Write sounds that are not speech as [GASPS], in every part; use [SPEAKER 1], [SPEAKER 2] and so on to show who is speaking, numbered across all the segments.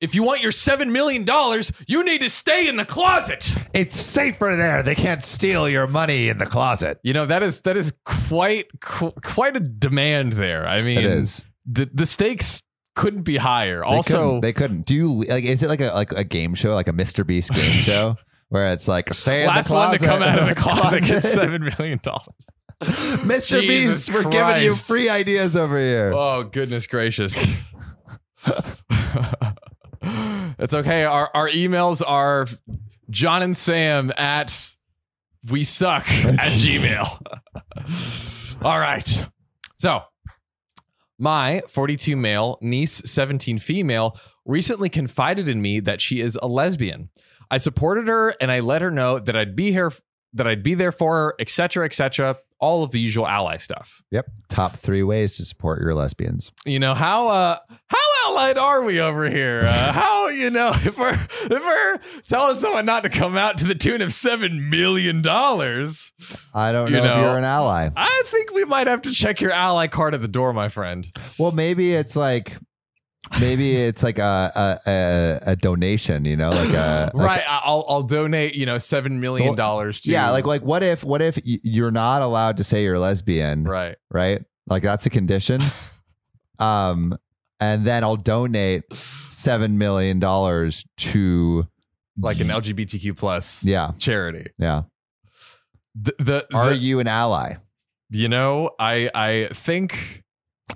[SPEAKER 1] If you want your $7 million, you need to stay in the closet.
[SPEAKER 2] It's safer there. They can't steal your money in the closet.
[SPEAKER 1] You know, that is that is quite qu- quite a demand there. I mean,
[SPEAKER 2] It is.
[SPEAKER 1] The, the stakes couldn't be higher.
[SPEAKER 2] They
[SPEAKER 1] also,
[SPEAKER 2] couldn't, they couldn't. Do you like? Is it like a like a game show, like a Mr.
[SPEAKER 1] [LAUGHS]
[SPEAKER 2] Beast game show, where it's like stay in the
[SPEAKER 1] last one to
[SPEAKER 2] closet,
[SPEAKER 1] come out of
[SPEAKER 2] [LAUGHS]
[SPEAKER 1] the closet gets $7 million.
[SPEAKER 2] Mr.
[SPEAKER 1] Jesus
[SPEAKER 2] Beast, we're giving you
[SPEAKER 1] Christ.
[SPEAKER 2] free ideas over here.
[SPEAKER 1] Oh goodness gracious. [LAUGHS] it's okay. Our our emails are John and Sam at we suck at Gmail. All right. So my 42 male niece, 17 female, recently confided in me that she is a lesbian. I supported her and I let her know that I'd be here, that I'd be there for her, etc., etc. All of the usual ally stuff.
[SPEAKER 2] Yep. Top three ways to support your lesbians.
[SPEAKER 1] you know how uh how allied are we over here uh, how you know [LAUGHS] if we're if we're telling someone not to come out to the tune of seven million dollars
[SPEAKER 2] I don't
[SPEAKER 1] You
[SPEAKER 2] know, if
[SPEAKER 1] know.
[SPEAKER 2] you're an ally.
[SPEAKER 1] i think we might have to check your ally card at the door my friend
[SPEAKER 2] Well, maybe it's like, maybe it's like a a, a, a donation. You know, like a like-
[SPEAKER 1] right I- i'll i'll donate you know seven million dollars to
[SPEAKER 2] yeah, like like what if what if y- you're not allowed to say you're lesbian, right?
[SPEAKER 1] right
[SPEAKER 2] Like that's
[SPEAKER 1] [LAUGHS]
[SPEAKER 2] a condition. um, and then I'll donate seven million dollars to
[SPEAKER 1] like an lgbtq plus
[SPEAKER 2] yeah
[SPEAKER 1] charity
[SPEAKER 2] yeah.
[SPEAKER 1] the, the, the-
[SPEAKER 2] Are you an ally?
[SPEAKER 1] you know i i think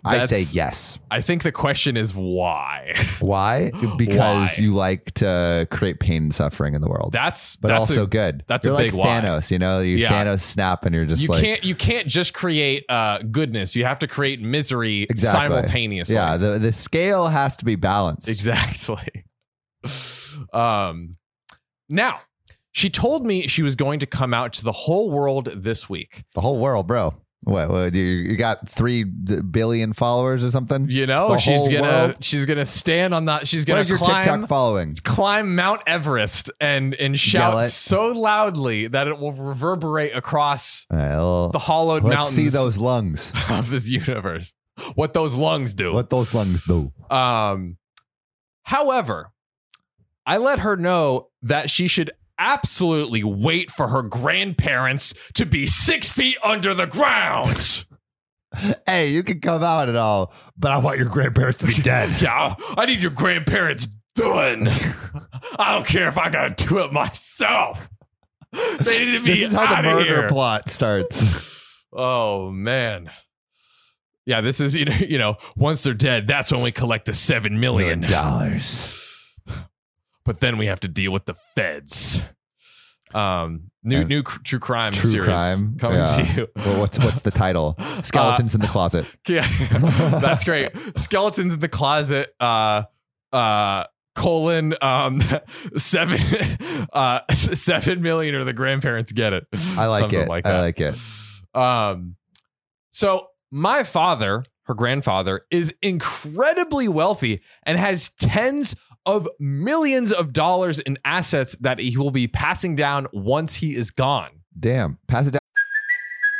[SPEAKER 2] I
[SPEAKER 1] That's-
[SPEAKER 2] say yes.
[SPEAKER 1] i think the question is why [LAUGHS]
[SPEAKER 2] Why? Because
[SPEAKER 1] Why?
[SPEAKER 2] you like to create pain and suffering in the world,
[SPEAKER 1] that's
[SPEAKER 2] but
[SPEAKER 1] that's a-
[SPEAKER 2] also good.
[SPEAKER 1] that's a
[SPEAKER 2] you're like
[SPEAKER 1] big why.
[SPEAKER 2] Thanos. You know, you
[SPEAKER 1] Yeah.
[SPEAKER 2] Thanos snap, and you're just
[SPEAKER 1] you
[SPEAKER 2] like,
[SPEAKER 1] can't you can't just create uh goodness. You have to create misery
[SPEAKER 2] Exactly.
[SPEAKER 1] simultaneously.
[SPEAKER 2] yeah. The the scale has to be balanced.
[SPEAKER 1] exactly. um, now she told me she was going to come out to the whole world this week.
[SPEAKER 2] The whole world, bro. What, what you, you got three d- billion followers or something?
[SPEAKER 1] You know
[SPEAKER 2] The
[SPEAKER 1] she's
[SPEAKER 2] whole
[SPEAKER 1] gonna
[SPEAKER 2] world?
[SPEAKER 1] she's gonna stand on that. She's
[SPEAKER 2] What
[SPEAKER 1] gonna
[SPEAKER 2] is your
[SPEAKER 1] climb
[SPEAKER 2] TikTok following?
[SPEAKER 1] climb Mount Everest and and
[SPEAKER 2] Yell
[SPEAKER 1] shout
[SPEAKER 2] it.
[SPEAKER 1] so loudly that it will reverberate across
[SPEAKER 2] All right, well,
[SPEAKER 1] the hollowed
[SPEAKER 2] let's
[SPEAKER 1] mountains
[SPEAKER 2] see those lungs.
[SPEAKER 1] [LAUGHS] of this universe. What those lungs do.
[SPEAKER 2] What those lungs do?
[SPEAKER 1] Um, however, I let her know that she should absolutely wait for her grandparents to be six feet under the
[SPEAKER 2] [LAUGHS]
[SPEAKER 1] ground.
[SPEAKER 2] Hey, you can come out and all, but I want your grandparents to be dead.
[SPEAKER 1] yeah, I need your grandparents done. I don't care if I gotta do it myself. [LAUGHS] They need to
[SPEAKER 2] this
[SPEAKER 1] be
[SPEAKER 2] is how the
[SPEAKER 1] out of
[SPEAKER 2] murder
[SPEAKER 1] here.
[SPEAKER 2] plot starts.
[SPEAKER 1] oh man. Yeah, this is you know, [LAUGHS] you know, once they're dead, that's when we collect the seven million.
[SPEAKER 2] dollars.
[SPEAKER 1] but then we have to deal with the feds. Um, new
[SPEAKER 2] And
[SPEAKER 1] new cr- true crime
[SPEAKER 2] True
[SPEAKER 1] series
[SPEAKER 2] crime
[SPEAKER 1] coming
[SPEAKER 2] yeah.
[SPEAKER 1] to you. [LAUGHS]
[SPEAKER 2] Well, what's what's the title?
[SPEAKER 1] Uh,
[SPEAKER 2] Skeletons in the closet.
[SPEAKER 1] Yeah, [LAUGHS] that's great. Skeletons in the closet. Uh, uh, colon um [LAUGHS] seven uh [LAUGHS] seven million or the grandparents get it.
[SPEAKER 2] I like
[SPEAKER 1] Something
[SPEAKER 2] it.
[SPEAKER 1] Like
[SPEAKER 2] I
[SPEAKER 1] that.
[SPEAKER 2] like it.
[SPEAKER 1] Um, so my father, her grandfather, is incredibly wealthy and has tens of millions of dollars in assets that he will be passing down once he is gone.
[SPEAKER 2] Damn. Pass it down.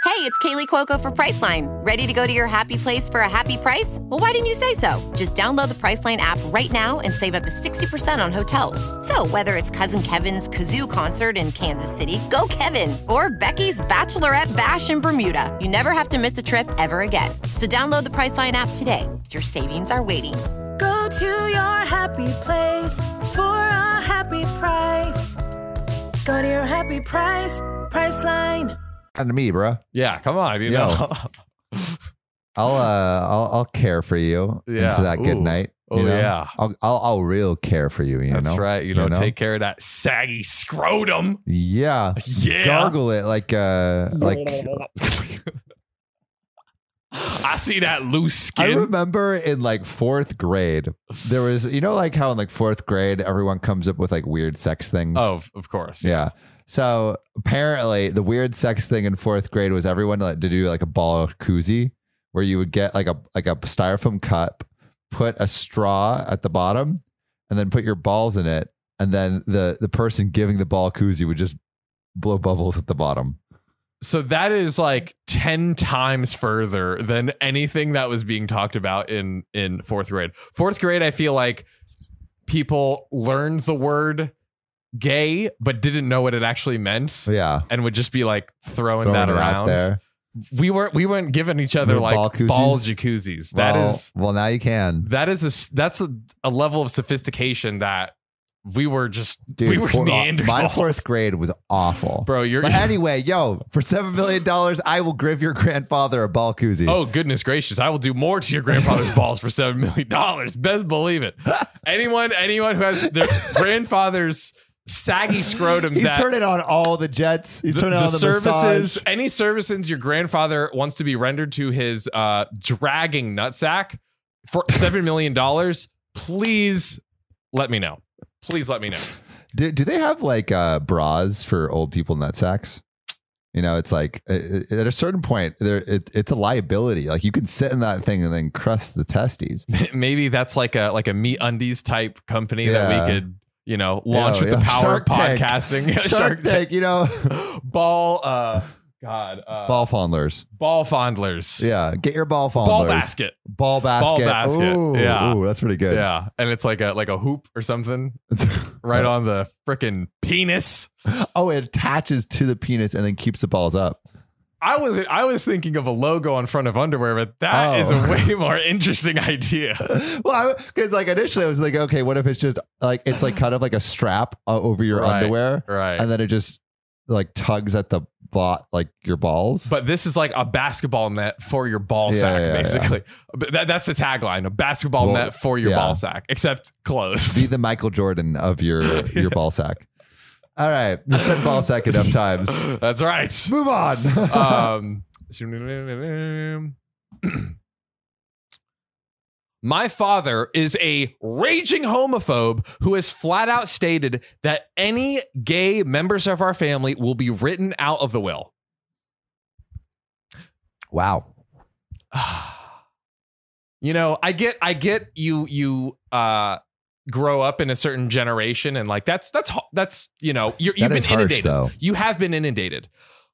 [SPEAKER 3] Hey, it's Kaylee Cuoco for Priceline. Ready to go to your happy place for a happy price? Well, why didn't you say so? Just download the Priceline app right now and save up to 60% on hotels. So, whether it's Cousin Kevin's Kazoo concert in Kansas City, go Kevin, or Becky's Bachelorette Bash in Bermuda, you never have to miss a trip ever again. So, download the Priceline app today. Your savings are waiting.
[SPEAKER 4] Go to your happy place for a happy price. Go to your happy price, Priceline.
[SPEAKER 2] to me, bro.
[SPEAKER 1] Yeah, come on, you
[SPEAKER 2] Yo.
[SPEAKER 1] know.
[SPEAKER 2] I'll uh, I'll I'll care for you
[SPEAKER 1] Yeah.
[SPEAKER 2] into that good
[SPEAKER 1] Ooh.
[SPEAKER 2] night. you
[SPEAKER 1] Oh,
[SPEAKER 2] know?
[SPEAKER 1] yeah.
[SPEAKER 2] I'll, I'll I'll real care for [LAUGHS] you. You
[SPEAKER 1] That's
[SPEAKER 2] know.
[SPEAKER 1] right. You know, take care of that saggy scrotum.
[SPEAKER 2] Yeah.
[SPEAKER 1] Yeah.
[SPEAKER 2] Gargle it like uh like.
[SPEAKER 1] [LAUGHS] I see that loose
[SPEAKER 2] I
[SPEAKER 1] skin.
[SPEAKER 2] remember in like fourth grade, there was you know like how in like fourth grade everyone comes up with like weird sex things.
[SPEAKER 1] oh, of course.
[SPEAKER 2] Yeah. So apparently, the weird sex thing in fourth grade was everyone like to do like a ball koozie, where you would get like a like a styrofoam cup, put a straw at the bottom, and then put your balls in it, and then the the person giving the ball koozie would just blow bubbles at the bottom.
[SPEAKER 1] So that is like 10 times further than anything that was being talked about in in 4th grade. 4th grade I feel like people learned the word gay but didn't know what it actually meant
[SPEAKER 2] Yeah.
[SPEAKER 1] and would just be like throwing,
[SPEAKER 2] Throwing
[SPEAKER 1] that
[SPEAKER 2] it out
[SPEAKER 1] around.
[SPEAKER 2] there.
[SPEAKER 1] We were we weren't giving each other
[SPEAKER 2] Little
[SPEAKER 1] like
[SPEAKER 2] ball koozies?
[SPEAKER 1] ball jacuzzis. That is
[SPEAKER 2] well, well, now you can.
[SPEAKER 1] that is a s- that's a, a level of sophistication that we were just
[SPEAKER 2] Dude,
[SPEAKER 1] we were
[SPEAKER 2] four- my
[SPEAKER 1] Neanderthals.
[SPEAKER 2] fourth grade was awful.
[SPEAKER 1] Bro, you're
[SPEAKER 2] But anyway, yo, for seven million dollars, I will give your grandfather a ball koozie.
[SPEAKER 1] Oh goodness gracious! I will do more to your grandfather's
[SPEAKER 2] [LAUGHS]
[SPEAKER 1] balls for seven million dollars. Best believe it. Anyone, anyone who has
[SPEAKER 2] [LAUGHS]
[SPEAKER 1] their grandfather's saggy scrotums
[SPEAKER 2] he's
[SPEAKER 1] that
[SPEAKER 2] turning on all the jets. He's
[SPEAKER 1] the,
[SPEAKER 2] turning
[SPEAKER 1] the
[SPEAKER 2] on the
[SPEAKER 1] services,
[SPEAKER 2] massage.
[SPEAKER 1] any services your grandfather wants to be rendered to his uh, dragging nutsack
[SPEAKER 2] [LAUGHS]
[SPEAKER 1] for seven million dollars, please let me know. Please let me know.
[SPEAKER 2] [LAUGHS] Do, do they have like uh, bras for old people nut sacks? You know, it's like uh, uh, at a certain point, there it, it's a liability. Like you can sit in that thing and then crust the testes.
[SPEAKER 1] Maybe that's like a like a meat undies type company that we
[SPEAKER 2] Yeah.
[SPEAKER 1] could you know launch
[SPEAKER 2] Yeah,
[SPEAKER 1] with the
[SPEAKER 2] yeah.
[SPEAKER 1] power
[SPEAKER 2] Shark
[SPEAKER 1] of
[SPEAKER 2] Tank.
[SPEAKER 1] podcasting. [LAUGHS]
[SPEAKER 2] Shark, Tank, you know,
[SPEAKER 1] [GASPS] ball uh god uh ball,
[SPEAKER 2] ball fondlers.
[SPEAKER 1] fondlers
[SPEAKER 2] Yeah, get your ball fondlers.
[SPEAKER 1] ball basket
[SPEAKER 2] Ball basket.
[SPEAKER 1] basket.
[SPEAKER 2] Ooh,
[SPEAKER 1] Yeah.
[SPEAKER 2] ooh, that's pretty good.
[SPEAKER 1] yeah and it's like a like a hoop or something
[SPEAKER 2] [LAUGHS]
[SPEAKER 1] right on the freaking penis
[SPEAKER 2] oh, it attaches to the penis and then keeps the balls up.
[SPEAKER 1] i was i was thinking of a logo on front of underwear but that
[SPEAKER 2] Oh.
[SPEAKER 1] is a way [LAUGHS] more interesting
[SPEAKER 2] [LAUGHS]
[SPEAKER 1] idea
[SPEAKER 2] well, because like initially I was like, okay, what if it's just like it's like kind of like a strap uh, over your
[SPEAKER 1] Right,
[SPEAKER 2] underwear,
[SPEAKER 1] right
[SPEAKER 2] and then it just like tugs at the bot like your balls.
[SPEAKER 1] but this is like a basketball net for your ball
[SPEAKER 2] Yeah,
[SPEAKER 1] sack,
[SPEAKER 2] yeah, yeah.
[SPEAKER 1] basically. But that, that's the tagline: a basketball
[SPEAKER 2] Well,
[SPEAKER 1] net for your
[SPEAKER 2] yeah.
[SPEAKER 1] ball sack, except
[SPEAKER 2] Be
[SPEAKER 1] closed.
[SPEAKER 2] the Michael Jordan of your
[SPEAKER 1] [LAUGHS]
[SPEAKER 2] your ball sack. All right, you said ball sack enough times.
[SPEAKER 1] [LAUGHS] That's right.
[SPEAKER 2] Move on.
[SPEAKER 1] um, [CLEARS THROAT] my father is a raging homophobe who has flat out stated that any gay members of our family will be written out of the will.
[SPEAKER 2] [LAUGHS]
[SPEAKER 1] [SIGHS]
[SPEAKER 2] wow.
[SPEAKER 1] You know, I get, I get you, you, uh, grow up in a certain generation and like that's that's ho- that's you know you're, you've
[SPEAKER 2] That
[SPEAKER 1] been
[SPEAKER 2] is harsh,
[SPEAKER 1] inundated
[SPEAKER 2] though.
[SPEAKER 1] you have been inundated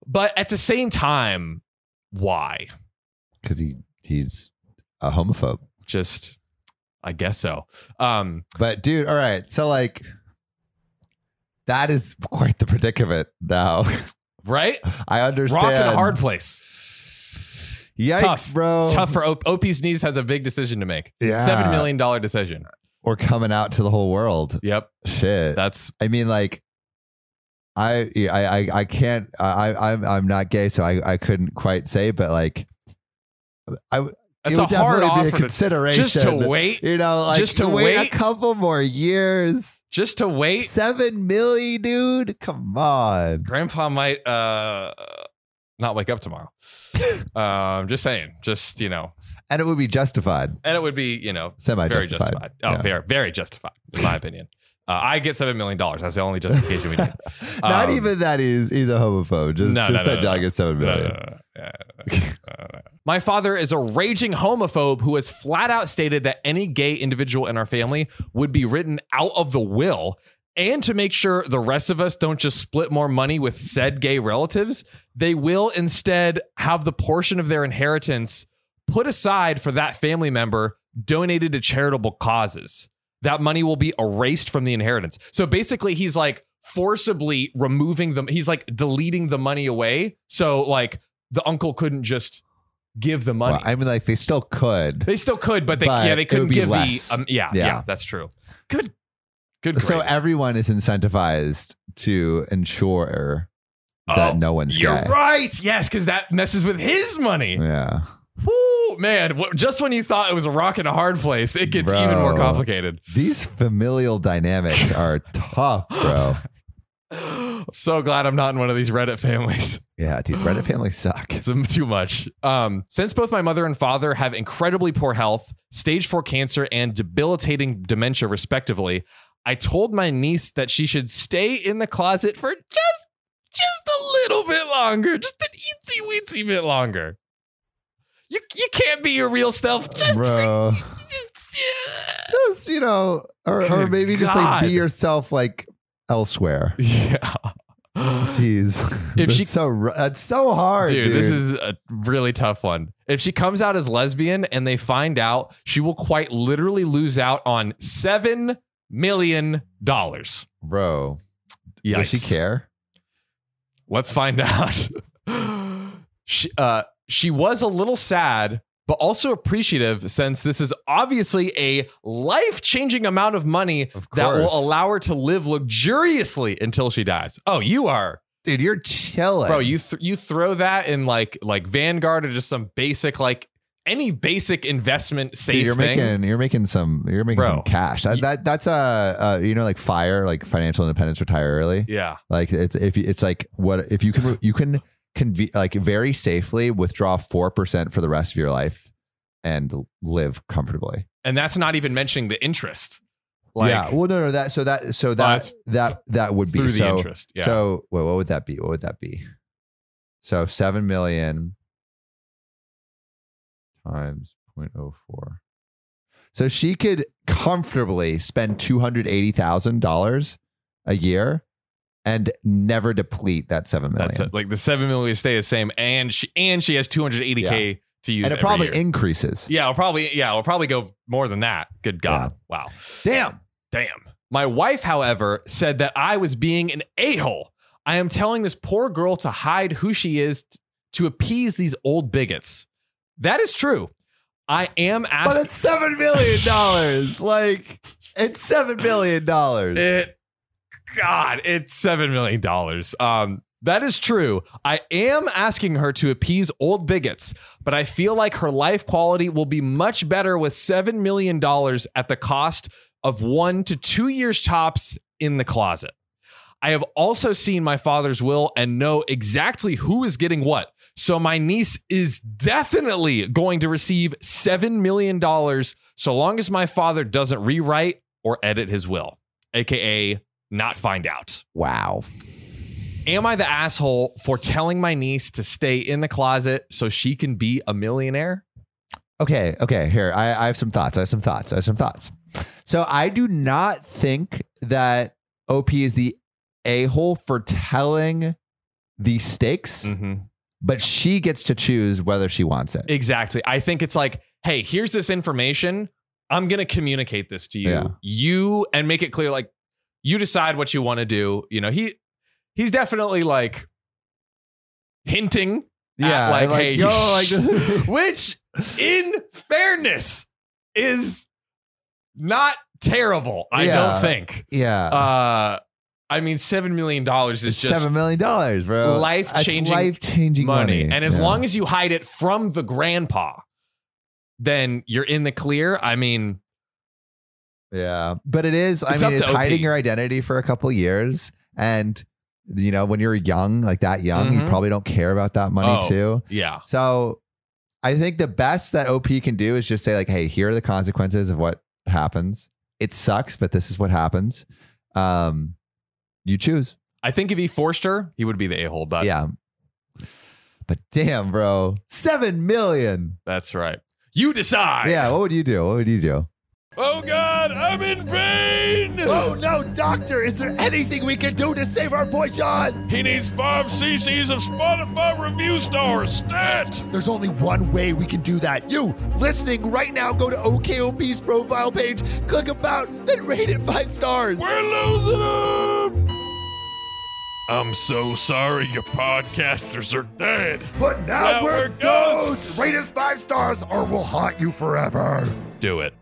[SPEAKER 1] but at the same time why
[SPEAKER 2] Because he he's a homophobe.
[SPEAKER 1] just i guess so um
[SPEAKER 2] But dude, all right. So like that is quite the predicament now. [LAUGHS]
[SPEAKER 1] right
[SPEAKER 2] I understand.
[SPEAKER 1] rock in a hard place
[SPEAKER 2] Yikes,
[SPEAKER 1] tough.
[SPEAKER 2] bro.
[SPEAKER 1] it's tough for op op's knees has a big decision to make
[SPEAKER 2] Yeah.
[SPEAKER 1] seven million dollar decision
[SPEAKER 2] Or coming out to the whole world.
[SPEAKER 1] yep
[SPEAKER 2] Shit.
[SPEAKER 1] that's
[SPEAKER 2] I mean, like, I, I, I, I can't. I, I- I'm, I'm not gay, so I, I couldn't quite say, but like, I.
[SPEAKER 1] that's
[SPEAKER 2] it
[SPEAKER 1] a
[SPEAKER 2] would
[SPEAKER 1] hard
[SPEAKER 2] definitely
[SPEAKER 1] offer
[SPEAKER 2] be a
[SPEAKER 1] to-
[SPEAKER 2] consideration.
[SPEAKER 1] just to wait
[SPEAKER 2] You know, like
[SPEAKER 1] just to
[SPEAKER 2] wait,
[SPEAKER 1] wait.
[SPEAKER 2] a couple more years.
[SPEAKER 1] just to wait
[SPEAKER 2] Seven milli, dude. Come on.
[SPEAKER 1] grandpa might uh not wake up
[SPEAKER 2] [LAUGHS]
[SPEAKER 1] tomorrow um just saying just you know
[SPEAKER 2] And it would be justified,
[SPEAKER 1] and it would be you know
[SPEAKER 2] semi
[SPEAKER 1] very
[SPEAKER 2] justified.
[SPEAKER 1] justified oh very very justified in my opinion uh, i get seven million dollars that's the only justification we need
[SPEAKER 2] [LAUGHS] Not
[SPEAKER 1] Um,
[SPEAKER 2] even that he's he's a homophobe. Just,
[SPEAKER 1] No,
[SPEAKER 2] just
[SPEAKER 1] no, no,
[SPEAKER 2] that
[SPEAKER 1] no,
[SPEAKER 2] John
[SPEAKER 1] no.
[SPEAKER 2] gets seven
[SPEAKER 1] No,
[SPEAKER 2] million.
[SPEAKER 1] no, no, no, no,
[SPEAKER 2] [LAUGHS]
[SPEAKER 1] no, no. My father is a raging homophobe who has flat out stated that any gay individual in our family would be written out of the will. And to make sure the rest of us don't just split more money with said gay relatives, they will instead have the portion of their inheritance put aside for that family member donated to charitable causes. That money will be erased from the inheritance. So basically, he's like forcibly removing them. He's like deleting the money away. So like the uncle couldn't just give the money.
[SPEAKER 2] Well, I mean, like they still could.
[SPEAKER 1] they still could, but they
[SPEAKER 2] But
[SPEAKER 1] yeah they
[SPEAKER 2] it would
[SPEAKER 1] couldn't
[SPEAKER 2] be
[SPEAKER 1] give
[SPEAKER 2] less.
[SPEAKER 1] the um, yeah, yeah
[SPEAKER 2] Yeah.
[SPEAKER 1] that's true. Good, [LAUGHS] good.
[SPEAKER 2] So
[SPEAKER 1] grief.
[SPEAKER 2] everyone is incentivized to ensure that
[SPEAKER 1] Oh,
[SPEAKER 2] no one's
[SPEAKER 1] you're
[SPEAKER 2] gay.
[SPEAKER 1] right. Yes, because that messes with his money.
[SPEAKER 2] Yeah.
[SPEAKER 1] Woo, man! What, just when you thought it was a rock in a hard place, it gets even more
[SPEAKER 2] Bro.
[SPEAKER 1] complicated. [GASPS]
[SPEAKER 2] These
[SPEAKER 1] [LAUGHS]
[SPEAKER 2] familial dynamics are tough, bro.
[SPEAKER 1] so glad I'm not in one of these Reddit families.
[SPEAKER 2] Yeah, dude. Reddit families suck. [LAUGHS]
[SPEAKER 1] It's um, too much. Um, since both my mother and father have incredibly poor health, stage four cancer, and debilitating dementia, respectively, I told my niece that she should stay in the closet for just just a little bit longer, just an itsy weensy bit longer. You you can't be your real self. Just,
[SPEAKER 2] Bro.
[SPEAKER 1] just-
[SPEAKER 2] Just, you know, or, or
[SPEAKER 1] Good
[SPEAKER 2] maybe just like be
[SPEAKER 1] God.
[SPEAKER 2] yourself like
[SPEAKER 1] [LAUGHS]
[SPEAKER 2] elsewhere.
[SPEAKER 1] yeah.
[SPEAKER 2] Jeez.
[SPEAKER 1] If
[SPEAKER 2] that's
[SPEAKER 1] she-
[SPEAKER 2] so ru- that's so hard. Dude,
[SPEAKER 1] Dude, this is a really tough one. If she comes out as lesbian and they find out, she will quite literally lose out on seven million dollars.
[SPEAKER 2] Bro,
[SPEAKER 1] Yeah,
[SPEAKER 2] does she care?
[SPEAKER 1] Let's find out. [LAUGHS] she, uh, she was a little sad, but also appreciative since this is obviously a life changing amount of money
[SPEAKER 2] Of
[SPEAKER 1] that will
[SPEAKER 2] course.
[SPEAKER 1] allow her to live luxuriously until she dies. Oh, you are,
[SPEAKER 2] Dude, you're chilling.
[SPEAKER 1] bro. You th- you throw that in like like Vanguard or just some basic like any basic investment safe
[SPEAKER 2] Dude, you're
[SPEAKER 1] thing.
[SPEAKER 2] making you're making some you're making
[SPEAKER 1] Bro.
[SPEAKER 2] some cash.
[SPEAKER 1] You-
[SPEAKER 2] That, that that's a uh, you know like fire like financial independence retire early.
[SPEAKER 1] yeah,
[SPEAKER 2] Like it's if you, it's like what if you can you can conve- like very safely withdraw four percent for the rest of your life and live comfortably.
[SPEAKER 1] and that's not even mentioning the interest. Like
[SPEAKER 2] yeah. Well, no, no. That so that so
[SPEAKER 1] that's-
[SPEAKER 2] that that that would be
[SPEAKER 1] through
[SPEAKER 2] so-
[SPEAKER 1] the interest. Yeah.
[SPEAKER 2] So wait, what would that be? What would that be? So seven million times 0.04. So she could comfortably spend two hundred eighty thousand dollars a year and never deplete that seven million.
[SPEAKER 1] That's it. like the seven million stay the same, and she and she has two hundred eighty k to use.
[SPEAKER 2] and it
[SPEAKER 1] every
[SPEAKER 2] probably
[SPEAKER 1] year.
[SPEAKER 2] increases.
[SPEAKER 1] yeah, it'll probably yeah, it'll probably go more than that. Good God, wow,
[SPEAKER 2] Damn.
[SPEAKER 1] damn. My wife, however, said that I was being an a hole. I am telling this poor girl to hide who she is t- to appease these old bigots. That is true. I am
[SPEAKER 2] But
[SPEAKER 1] asking.
[SPEAKER 2] it's seven million
[SPEAKER 1] [LAUGHS]
[SPEAKER 2] dollars. like it's seven million dollars.
[SPEAKER 1] It, God, it's seven million dollars. Um, that is true. I am asking her to appease old bigots, but I feel like her life quality will be much better with seven million dollars at the cost of one to two years tops in the closet. I have also seen my father's will and know exactly who is getting what. So my niece is definitely going to receive $7 million so long as my father doesn't rewrite or edit his will, aka not find out.
[SPEAKER 2] Wow.
[SPEAKER 1] Am I the asshole for telling my niece to stay in the closet so she can be a millionaire?
[SPEAKER 2] Okay, okay. Here, I, I have some thoughts. I have some thoughts. I have some thoughts. So I do not think that OP is the a hole for telling the stakes,
[SPEAKER 1] Mm.
[SPEAKER 2] but she gets to choose whether she wants it.
[SPEAKER 1] Exactly. I think it's like, hey, here's this information. I'm going to communicate this to you.
[SPEAKER 2] Yeah.
[SPEAKER 1] You and make it clear like you decide what you want to do. You know, he he's definitely like hinting
[SPEAKER 2] yeah,
[SPEAKER 1] like,
[SPEAKER 2] like,
[SPEAKER 1] hey, [LAUGHS] you-
[SPEAKER 2] yo, like [LAUGHS] this-
[SPEAKER 1] which in fairness is not terrible, I
[SPEAKER 2] Yeah.
[SPEAKER 1] don't think.
[SPEAKER 2] yeah,
[SPEAKER 1] Uh I mean 7 million dollars is
[SPEAKER 2] it's
[SPEAKER 1] just
[SPEAKER 2] seven million dollars, bro.
[SPEAKER 1] life-changing
[SPEAKER 2] life changing money.
[SPEAKER 1] money. And as
[SPEAKER 2] Yeah.
[SPEAKER 1] long as you hide it from the grandpa, then you're in the clear. I mean,
[SPEAKER 2] Yeah, but it is. I
[SPEAKER 1] It's up
[SPEAKER 2] mean,
[SPEAKER 1] to
[SPEAKER 2] it's
[SPEAKER 1] OP.
[SPEAKER 2] hiding your identity for a couple years, and you know, when you're young, like that young, you
[SPEAKER 1] Mhm.
[SPEAKER 2] probably don't care about that money
[SPEAKER 1] Oh.
[SPEAKER 2] too.
[SPEAKER 1] yeah.
[SPEAKER 2] So I think the best that OP can do is just say, like, hey, here are the consequences of what happens. It sucks, but this is what happens. Um, you choose.
[SPEAKER 1] I think if he forced her, he would be the a hole. But
[SPEAKER 2] yeah. But damn, bro. Seven million.
[SPEAKER 1] that's right. You decide.
[SPEAKER 2] yeah, what would you do? What would you do?
[SPEAKER 1] Oh God, I'm in pain.
[SPEAKER 2] Oh, no, doctor, is there anything we can do to save our boy John?
[SPEAKER 1] He needs five cc's of Spotify review stars. Stat.
[SPEAKER 2] There's only one way we can do that. You listening right now, go to OKOP's profile page, click about, then rate it five stars.
[SPEAKER 1] We're losing him. I'm so sorry, your podcasters are dead.
[SPEAKER 2] But now,
[SPEAKER 1] Now we're
[SPEAKER 2] we're, ghosts.
[SPEAKER 1] ghosts.
[SPEAKER 2] Rate us five stars or we'll haunt you forever.
[SPEAKER 1] Do it.